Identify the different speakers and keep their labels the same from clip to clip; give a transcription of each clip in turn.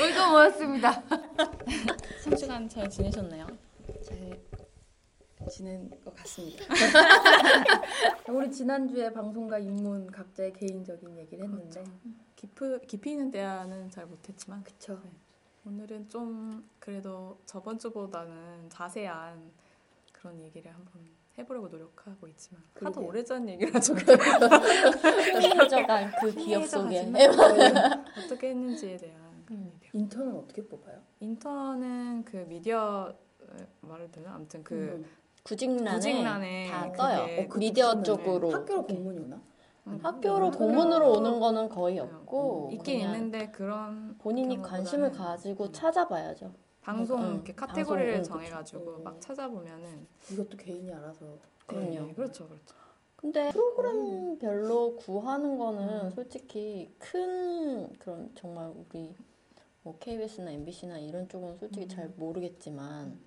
Speaker 1: 오늘도 모였습니다.
Speaker 2: 3주간 잘 지내셨나요?
Speaker 3: 잘 지낸 것 같습니다.
Speaker 1: 우리 지난주에 방송과 입문 각자의 개인적인 얘기를 했는데
Speaker 2: 그렇죠.
Speaker 3: 깊이, 깊이 있는 대화는 잘 못했지만
Speaker 1: 아, 그쵸.
Speaker 3: 네. 오늘은 좀 그래도 저번 주보다는 자세한 그런 얘기를 한번 해보려고 노력하고 있지만 하도
Speaker 1: 그러게요.
Speaker 3: 오래전 얘기라 서
Speaker 2: 피해자가 그 기억 속에 네.
Speaker 3: 어떻게 했는지에 대한 그런
Speaker 2: 음.
Speaker 3: 얘기.
Speaker 1: 인턴은 어떻게 뽑아요?
Speaker 3: 인턴은 그 미디어 어, 말을 되나 아무튼 그
Speaker 1: 음.
Speaker 2: 구직란에
Speaker 3: 구직란에
Speaker 2: 다
Speaker 3: 그게
Speaker 2: 떠요.
Speaker 3: 그
Speaker 2: 미디어
Speaker 3: 부분을
Speaker 2: 쪽으로
Speaker 1: 학교로 공문이 오나?
Speaker 3: 음,
Speaker 2: 학교로 공문으로 오는
Speaker 1: 음,
Speaker 2: 거는 거의 없고
Speaker 3: 있긴
Speaker 2: 뭐 그냥 음,
Speaker 3: 있는데 그런
Speaker 2: 본인이
Speaker 3: 경우보다는 네.
Speaker 2: 관심을 가지고 찾아봐야죠.
Speaker 3: 방송
Speaker 2: 음,
Speaker 3: 이렇게
Speaker 2: 방송,
Speaker 3: 카테고리를
Speaker 2: 음,
Speaker 3: 정해가지고
Speaker 1: 그쵸.
Speaker 3: 막 찾아보면은
Speaker 1: 이것도 개인이 알아서
Speaker 2: 그럼요.
Speaker 3: 네, 그렇죠, 그렇죠.
Speaker 2: 근데 프로그램별로 구하는 거는
Speaker 3: 음.
Speaker 2: 솔직히 큰 그런 정말 우리 뭐 KBS나 MBC나 이런 쪽은 솔직히
Speaker 3: 음.
Speaker 2: 잘 모르겠지만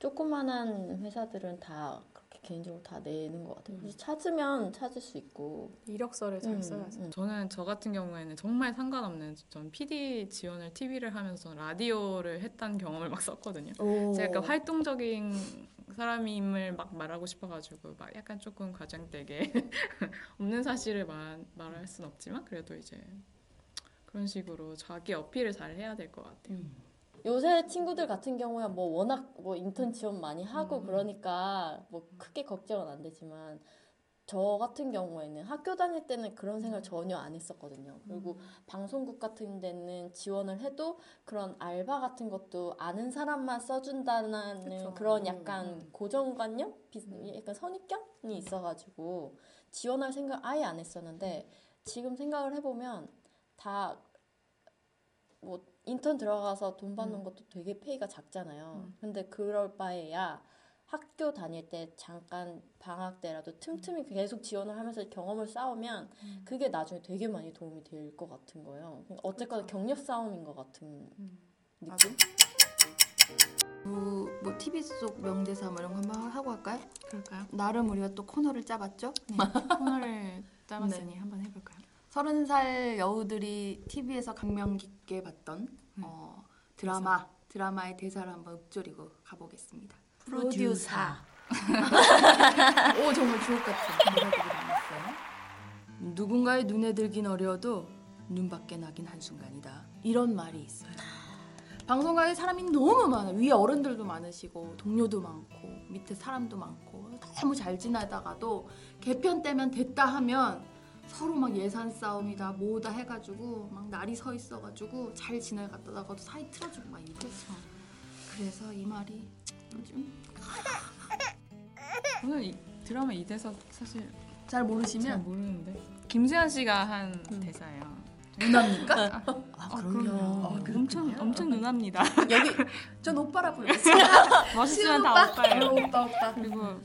Speaker 2: 조그만한 회사들은 다 그렇게 개인적으로 다 내는 것 같아요.
Speaker 1: 음.
Speaker 2: 그래서 찾으면 찾을 수 있고
Speaker 3: 이력서를 잘
Speaker 2: 음,
Speaker 3: 써야죠.
Speaker 2: 음.
Speaker 4: 저는 저 같은 경우에는 정말 상관없는 전 PD 지원을 TV를 하면서 라디오를 했던 경험을 막 썼거든요. 제가 약간 활동적인 사람임을 막 말하고 싶어가지고 막 약간 조금 과장되게 없는 사실을 말, 말할 순 없지만 그래도 이제 그런 식으로 자기 어필을 잘 해야 될 것 같아요.
Speaker 2: 요새 친구들 같은 경우에 뭐 워낙 뭐 인턴 지원 많이 하고
Speaker 3: 음.
Speaker 2: 그러니까 뭐 크게 걱정은 안 되지만 저 같은 경우에는 학교 다닐 때는 그런
Speaker 3: 음.
Speaker 2: 생각 전혀 안 했었거든요. 그리고 방송국 같은 데는 지원을 해도 그런 알바 같은 것도 아는 사람만 써준다는
Speaker 3: 그쵸. 음.
Speaker 2: 그런
Speaker 1: 음,
Speaker 2: 약간 고정관념? 비- 약간 선입견이 있어가지고 지원할 생각 아예 안 했었는데 지금 생각을 해보면 다 뭐 인턴 들어가서 돈
Speaker 3: 음.
Speaker 2: 받는 것도 되게 페이가 작잖아요. 근데 그럴 바에야 학교 다닐 때 잠깐 방학 때라도
Speaker 3: 음.
Speaker 2: 틈틈이 계속 지원을 하면서 경험을 쌓으면 그게 나중에 되게 많이 도움이 될 것 같은 거예요. 어쨌거나 경력 싸움인 것 같은 느낌?
Speaker 5: 뭐, 뭐 TV 속 명대사 뭐 이런 거 한번 하고 할까요?
Speaker 3: 그럴까요?
Speaker 5: 나름 우리가 또 코너를 짜봤죠?
Speaker 4: 코너를 짜봤으니 한번 해볼까요?
Speaker 5: 서른 살 여우들이 TV에서 감명 깊게 봤던 어, 드라마 드라마의 대사를 한번 읊조리고 가보겠습니다.
Speaker 2: 프로듀사.
Speaker 5: 오 정말 주옥 같은 대사들이 많았어요. 누군가의 눈에 들긴 어려워도 눈밖에 나긴 한순간이다. 이런 말이 있어요. 방송가에 사람이 너무 많아요. 위에 어른들도 많으시고 동료도 많고 밑에 사람도 많고 너무 잘 지내다가도 개편 때면 됐다 하면 서로 막 예산 싸움이다 뭐다 해가지고 막 날이 서 있어가지고 잘 지내갔다가도 사이 틀어지고 막
Speaker 4: 그렇죠.
Speaker 5: 이랬죠. 그래서 이 말이 요즘
Speaker 4: 저는 이 드라마 이 대사 사실
Speaker 5: 잘
Speaker 4: 잘
Speaker 5: 모르시면
Speaker 4: 모르는데 김세현 씨가 한 대사예요.
Speaker 5: 누나입니까?
Speaker 2: 아,
Speaker 4: 엄청 엄청 누납니다.
Speaker 5: 여기 전 오빠라 불렀어요.
Speaker 4: 멋있으면 다 오빠예요.
Speaker 5: 오빠 어, 오빠.
Speaker 4: 그리고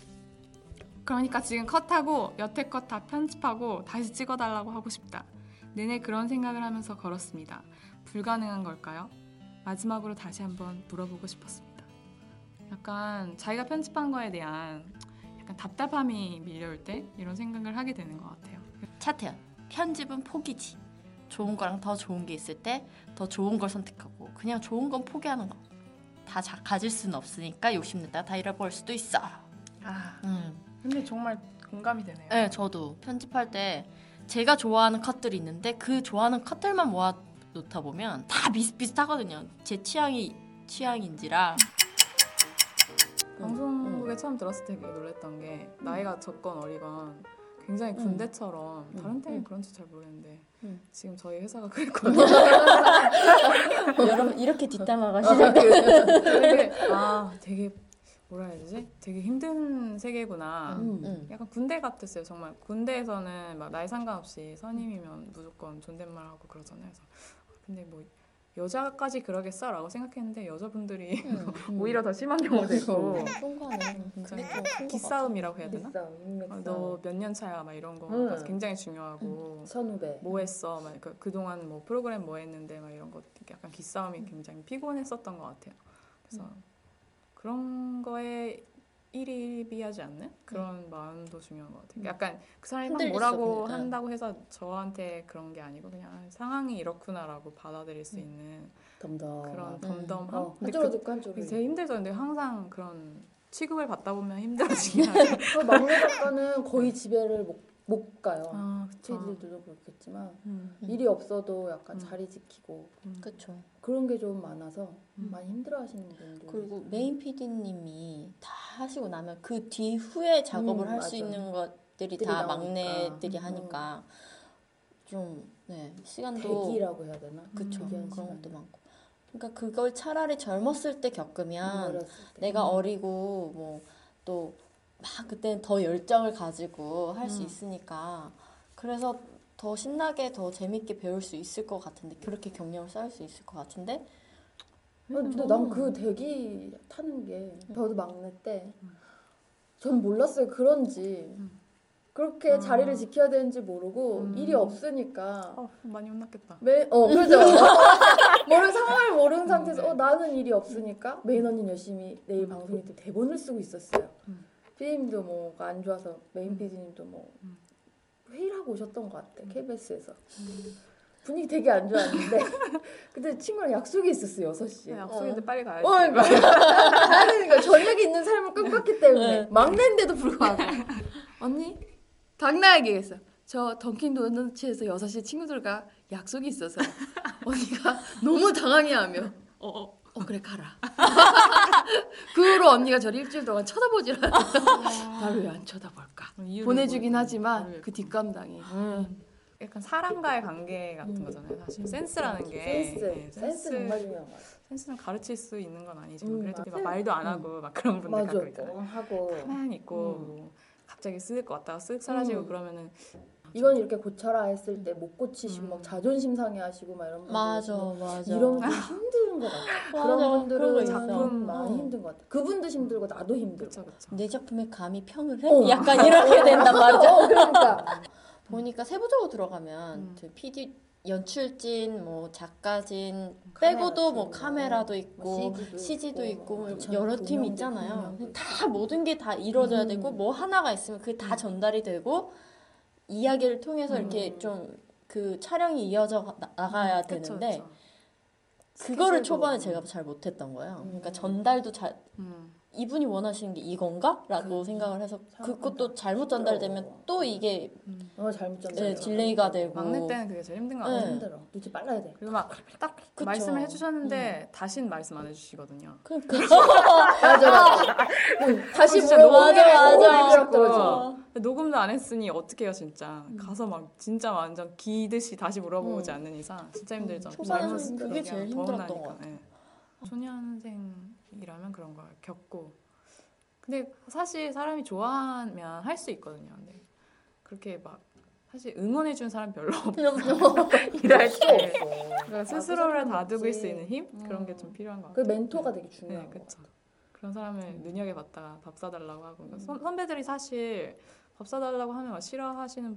Speaker 4: 그러니까 지금 컷하고 여태껏 다 편집하고 다시 찍어달라고 하고 싶다. 내내 그런 생각을 하면서 걸었습니다. 불가능한 걸까요? 마지막으로 다시 한번 물어보고 싶었습니다. 약간 자기가 편집한 거에 대한 약간 답답함이 밀려올 때 이런 생각을 하게 되는 것 같아요.
Speaker 6: 차태현 편집은 포기지 좋은 거랑 더 좋은 게 있을 때 더 좋은 걸 선택하고 그냥 좋은 건 포기하는 거다 가질 수는 없으니까 욕심냈다 다 잃어버릴 수도 있어
Speaker 4: 아,
Speaker 6: 음.
Speaker 4: 근데 정말 공감이 되네요.
Speaker 6: 네 저도 편집할 때 제가 좋아하는 컷들이 있는데 그 좋아하는 컷들만 모아 놓다 보면 다 비슷비슷하거든요 제 취향이 취향인지라
Speaker 3: 방송국에 처음 들었을 때 되게 놀랬던 게
Speaker 4: 음.
Speaker 3: 나이가 적건 어리건 굉장히 군대처럼
Speaker 4: 음.
Speaker 3: 다른 데는 그런지 잘 모르겠는데
Speaker 2: 음.
Speaker 3: 지금 저희 회사가 그랬거든요.
Speaker 2: 여러분 이렇게 뒷담화가
Speaker 6: 어.
Speaker 2: 시작.
Speaker 3: 되게, 아 되게 뭐라 해야 되지? 되게 힘든 세계구나.
Speaker 1: 음.
Speaker 2: 음.
Speaker 3: 약간 군대 같았어요. 정말 군대에서는 막 나이 상관없이 선임이면 무조건 존댓말 하고 그러잖아요. 그래서 근데 뭐 여자까지 그러겠어라고 생각했는데 여자분들이
Speaker 4: 음.
Speaker 6: 음.
Speaker 3: 오히려 더 심한 경우도
Speaker 4: 그렇죠.
Speaker 3: 있고
Speaker 2: 그런 거는 굉장히
Speaker 3: 진짜
Speaker 2: 좀큰것
Speaker 3: 기싸움이라고 해야 되나? 어,
Speaker 1: 비싸, 인맥싸,
Speaker 3: 너 몇 년 차야 막 이런 거가
Speaker 1: 음.
Speaker 3: 굉장히 중요하고
Speaker 1: 선후배.
Speaker 3: 뭐 했어 막그 그동안 뭐 프로그램 뭐 했는데 막 이런 거 약간 기싸움이 굉장히 피곤했었던 것 같아요. 그래서 그런 거에 1위 1비하지 않는 그런 마음도 중요한 것 같아요. 약간 그 사람이 막
Speaker 2: 흔들릴 수
Speaker 3: 뭐라고
Speaker 2: 없는, 응.
Speaker 3: 한다고 해서 저한테 그런 게 아니고 그냥 아, 상황이 이렇구나라고 받아들일 수 있는
Speaker 1: 덤덤.
Speaker 3: 그런 덤덤함.
Speaker 1: 어,
Speaker 3: 근데
Speaker 1: 한쪽으로
Speaker 3: 그,
Speaker 1: 듣고 한쪽으로.
Speaker 3: 그게 제일 힘들죠. 근데 항상 그런 취급을 받다 보면 힘들어지긴 하죠.
Speaker 1: 그 막내 작가는 거의 집에를 못, 못 가요.
Speaker 3: 아,
Speaker 1: 제
Speaker 3: 그쵸.
Speaker 1: 들도 그렇겠지만
Speaker 3: 음.
Speaker 2: 음.
Speaker 1: 일이 없어도 약간
Speaker 3: 음.
Speaker 1: 자리 지키고
Speaker 2: 그렇죠.
Speaker 1: 그런 게 좀 많아서
Speaker 3: 음.
Speaker 1: 많이 힘들어하시는 분들.
Speaker 2: 그리고 메인 PD님이 다 하시고 나면 그 뒤후에 작업을
Speaker 1: 음,
Speaker 2: 할 수
Speaker 1: 맞아.
Speaker 2: 있는 것들이
Speaker 1: 들이
Speaker 2: 다
Speaker 1: 나오니까.
Speaker 2: 막내들이
Speaker 1: 음.
Speaker 2: 하니까 좀 네, 시간도
Speaker 1: 대기라고 해야 되나?
Speaker 2: 그쵸
Speaker 1: 대기하는
Speaker 2: 그런 것도
Speaker 1: 시간이.
Speaker 2: 많고 그러니까 그걸 차라리 젊었을 때 겪으면
Speaker 1: 어렸을 때.
Speaker 2: 내가 어리고 뭐 또 막 그때는 더 열정을 가지고 할 수
Speaker 1: 음.
Speaker 2: 있으니까 그래서 더 신나게 더 재밌게 배울 수 있을 것 같은데 그렇게 경력을 쌓을 수 있을 것 같은데
Speaker 1: 아, 근데 난 그 대기 타는 게 저도 막내 때 전 몰랐어요 그런지 그렇게
Speaker 3: 아.
Speaker 1: 자리를 지켜야 되는지 모르고
Speaker 3: 음.
Speaker 1: 일이 없으니까
Speaker 3: 어, 많이 혼났겠다.
Speaker 1: 매, 어 그죠 모르 상황을 모르는 상태에서 어 나는 일이 없으니까 메인 언니 는 열심히 내일 방송이 또 대본을 쓰고 있었어요
Speaker 3: 음.
Speaker 1: 피디님도 뭐가 안 좋아서 메인 피디님도 뭐
Speaker 3: 음.
Speaker 1: 회의를 하고 오셨던 것 같아 KBS에서
Speaker 3: 음.
Speaker 1: 분위기 되게 안 좋았는데 근데 친구랑 약속이 있었어요 6시에
Speaker 3: 네, 약속인데 빨리 가야지.
Speaker 1: 어, 그러니까. 나는 그러니까 전력이 있는 삶을 꿈꿨기 때문에 막내인데도 불구하고
Speaker 5: 언니 당나하게 얘기했어. 저 던킨 도너츠에서 6시에 친구들과 약속이 있어서 언니가 너무 당황해하며
Speaker 4: 어, 어.
Speaker 5: 어 그래 가라. 그 후로 언니가 저를 일주일 동안 쳐다보질 않았어. 나를 왜 안 쳐다볼까?
Speaker 3: 어,
Speaker 4: 이유를
Speaker 5: 보내주긴
Speaker 4: 모르겠구나.
Speaker 5: 하지만
Speaker 3: 음.
Speaker 4: 모르겠구나.
Speaker 5: 그 뒷감당이
Speaker 3: 약간 사람과의 관계 같은
Speaker 1: 음.
Speaker 3: 거잖아요. 사실 센스라는 게
Speaker 1: 센스
Speaker 3: 네,
Speaker 1: 센스 정말 중요한 거
Speaker 3: 센스는 가르칠 수 있는 건 아니지만
Speaker 1: 음,
Speaker 3: 그래도
Speaker 1: 맞아.
Speaker 3: 막 말도 안 하고 막 그런 분들
Speaker 1: 맞아
Speaker 3: 가끔 있잖아요.
Speaker 1: 하고
Speaker 3: 가만히 있고 뭐 갑자기 쓱 왔다가 쓱 사라지고
Speaker 1: 음.
Speaker 3: 그러면은
Speaker 1: 이건 이렇게 고쳐라 했을 때 못 고치시고
Speaker 3: 음.
Speaker 1: 막 자존심 상해하시고 막 이런 분들
Speaker 2: 맞아
Speaker 1: 있으면
Speaker 2: 맞아
Speaker 1: 이런 분 힘든 것 같아
Speaker 2: 맞아. 그런
Speaker 1: 그런
Speaker 2: 거
Speaker 1: 분들은
Speaker 2: 있어.
Speaker 1: 작품 많이
Speaker 2: 어.
Speaker 1: 힘든 것 같아 그분도 힘들고 나도 힘들고
Speaker 3: 그쵸 그쵸.
Speaker 2: 내 작품에 감히 평을 해?
Speaker 1: 어.
Speaker 2: 약간 이렇게 된단 말이죠
Speaker 1: 어 그러니까
Speaker 2: 보니까 세부적으로 들어가면
Speaker 3: 음.
Speaker 2: 그 PD 연출진 뭐 작가진
Speaker 1: 카메라
Speaker 2: 빼고도 뭐
Speaker 1: 팀,
Speaker 2: 카메라도 있고
Speaker 1: 뭐 CG 도
Speaker 2: CG도
Speaker 1: 있고,
Speaker 2: 있고,
Speaker 1: 뭐
Speaker 2: 뭐 여러
Speaker 1: 조명도
Speaker 2: 팀
Speaker 1: 있고,
Speaker 2: 있잖아요.
Speaker 1: 조명도
Speaker 2: 다 모든 게 다 이루어져야
Speaker 1: 음.
Speaker 2: 되고 뭐 하나가 있으면 그게 다 전달이 되고 이야기를 통해서 이렇게 좀 그 촬영이 이어져 나- 나가야
Speaker 3: 그쵸,
Speaker 2: 되는데
Speaker 3: 그쵸.
Speaker 2: 그거를
Speaker 3: 스케줄도.
Speaker 2: 초반에 제가 잘 못했던 거예요. 그러니까 전달도 잘
Speaker 3: 음.
Speaker 2: 이분이 원하시는 게 이건가라고 생각을 해서 그것도 잘못 전달되면 또 이게
Speaker 1: 어 잘못 전
Speaker 2: 네, 딜레이가 되고
Speaker 3: 막내 때는 그게 제일 힘든 거 같아요.
Speaker 2: 네.
Speaker 1: 힘들어 눈치 빨라야 돼
Speaker 3: 그리고 막 딱
Speaker 2: 그쵸.
Speaker 3: 말씀을 해주셨는데 다신 말씀 안 해주시거든요.
Speaker 2: 그러니까
Speaker 1: 맞아 맞아 뭐, 다시
Speaker 3: 진짜
Speaker 1: 물어보고
Speaker 2: 맞아, 맞아.
Speaker 1: 오히려 그럴 거지.
Speaker 3: 어. 근데 녹음도 안 했으니 어떻게 해요 진짜 가서 막 진짜 완전 기듯이 다시 물어보지
Speaker 2: 음.
Speaker 3: 않는 이상 진짜 힘들죠.
Speaker 2: 초반에는
Speaker 3: 잘못
Speaker 2: 그게
Speaker 3: 얘기하면
Speaker 2: 제일
Speaker 3: 더
Speaker 2: 힘들었던
Speaker 3: 혼나니까.
Speaker 2: 것 같아요.
Speaker 3: 예. 초년생이라면 그런 걸 겪고 근데 사실 사람이 좋아하면 할 수 있거든요. 근데 그렇게 막 사실 응원해 준 사람 별로 없고 일할
Speaker 2: 그렇죠.
Speaker 3: 때 그러니까 스스로를 다독일 수 있는 힘 그런
Speaker 2: 음.
Speaker 3: 게 좀 필요한 것
Speaker 1: 그
Speaker 3: 같아요.
Speaker 1: 멘토가 되게
Speaker 3: 네,
Speaker 1: 중요한 거
Speaker 3: 그렇죠. 그런 사람을 눈여겨봤다가 밥 사달라고 하고 그러니까 선, 선배들이 사실 밥 사달라고 하면 막 싫어하시는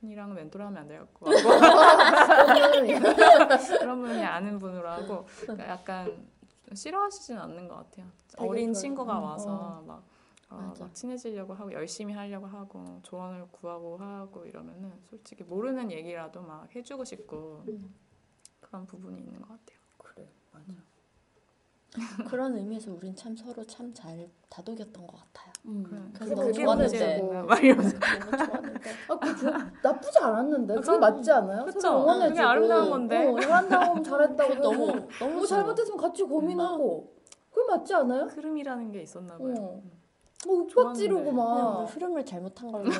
Speaker 3: 분이랑 멘토를 하면 안 될 것 같고 그런 분이 아는 분으로 하고 그러니까 약간 싫어하시진 않는 것 같아요.
Speaker 1: 되게
Speaker 3: 어린
Speaker 1: 좋아요.
Speaker 3: 친구가
Speaker 1: 음,
Speaker 3: 와서 막, 어,
Speaker 2: 맞아.
Speaker 3: 막 친해지려고 하고 열심히 하려고 하고 조언을 구하고 하고 이러면은 솔직히 모르는 얘기라도 막 해주고 싶고 그런 부분이 있는 것 같아요.
Speaker 1: 그래 맞아
Speaker 2: 그런 의미에서 우린 참 서로 참 잘 다독였던 것 같아요.
Speaker 5: 음.
Speaker 3: 그런-
Speaker 2: 그래서 너무
Speaker 1: 그게
Speaker 2: 좋았는데
Speaker 1: 문제고.
Speaker 3: 막 이러면서
Speaker 2: 너무 좋았는데
Speaker 1: 아, 그 조- 나쁘지 않았는데 그게
Speaker 3: 그쵸.
Speaker 1: 맞지 않아요?
Speaker 3: 그쵸.
Speaker 1: 서로 응원해주고.
Speaker 3: 그게 아름다운 건데.
Speaker 1: 어, 아름다움 잘했다고
Speaker 2: 그거 너무
Speaker 1: 해도
Speaker 2: 너무
Speaker 1: 뭐 어, 잘못했으면 같이 고민하고 그게 맞지 않아요?
Speaker 3: 흐름이라는 게 있었나 봐요.
Speaker 1: 어.
Speaker 3: 음.
Speaker 1: 뭐 윽박
Speaker 3: 좋았는데.
Speaker 1: 지르고
Speaker 2: 그냥 우리
Speaker 1: 막
Speaker 2: 아, 흐름을 잘못한 걸로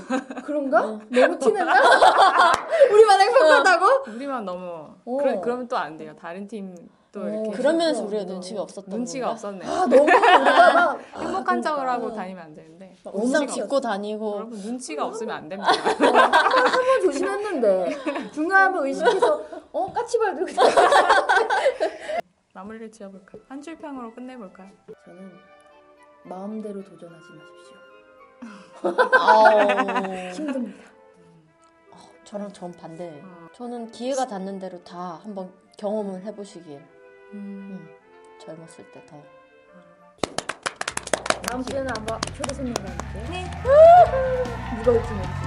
Speaker 1: 그런가? 너무 티냈나? 우리만 행복하다고?
Speaker 3: 우리만 너무
Speaker 1: 어.
Speaker 3: 그러, 그러면 또 안 돼요. 다른 팀 또
Speaker 1: 어,
Speaker 3: 이렇게
Speaker 2: 그런 면에서
Speaker 1: 그렇구나.
Speaker 2: 우리가 눈치가 없었던
Speaker 3: 눈치가
Speaker 2: 건가?
Speaker 3: 없었네.
Speaker 1: 아 너무 우리가 막
Speaker 3: 행복한 척을 하고
Speaker 2: 음.
Speaker 3: 다니면 안 되는데
Speaker 2: 막
Speaker 1: 눈치가
Speaker 2: 옷상 짚고 다니고
Speaker 3: 여러분 눈치가 없으면 안 됩니다.
Speaker 1: 한번 조심했는데 중요함을 의식해서 어 까치발 들고 다녔어요.
Speaker 3: 마무리를 지어볼까요? 한 줄평으로 끝내볼까요?
Speaker 1: 저는 마음대로 도전하지 마십시오
Speaker 2: 아우,
Speaker 1: 힘듭니다
Speaker 2: 저랑 전 반대예요.
Speaker 3: 음.
Speaker 2: 저는 기회가 닿는 대로 다 한번 경험을 해보시길
Speaker 3: 음.
Speaker 2: 젊었을 때 더
Speaker 1: 다음 주에는 아마 초대 손님과 함께. 네. 누가 올지 모르지.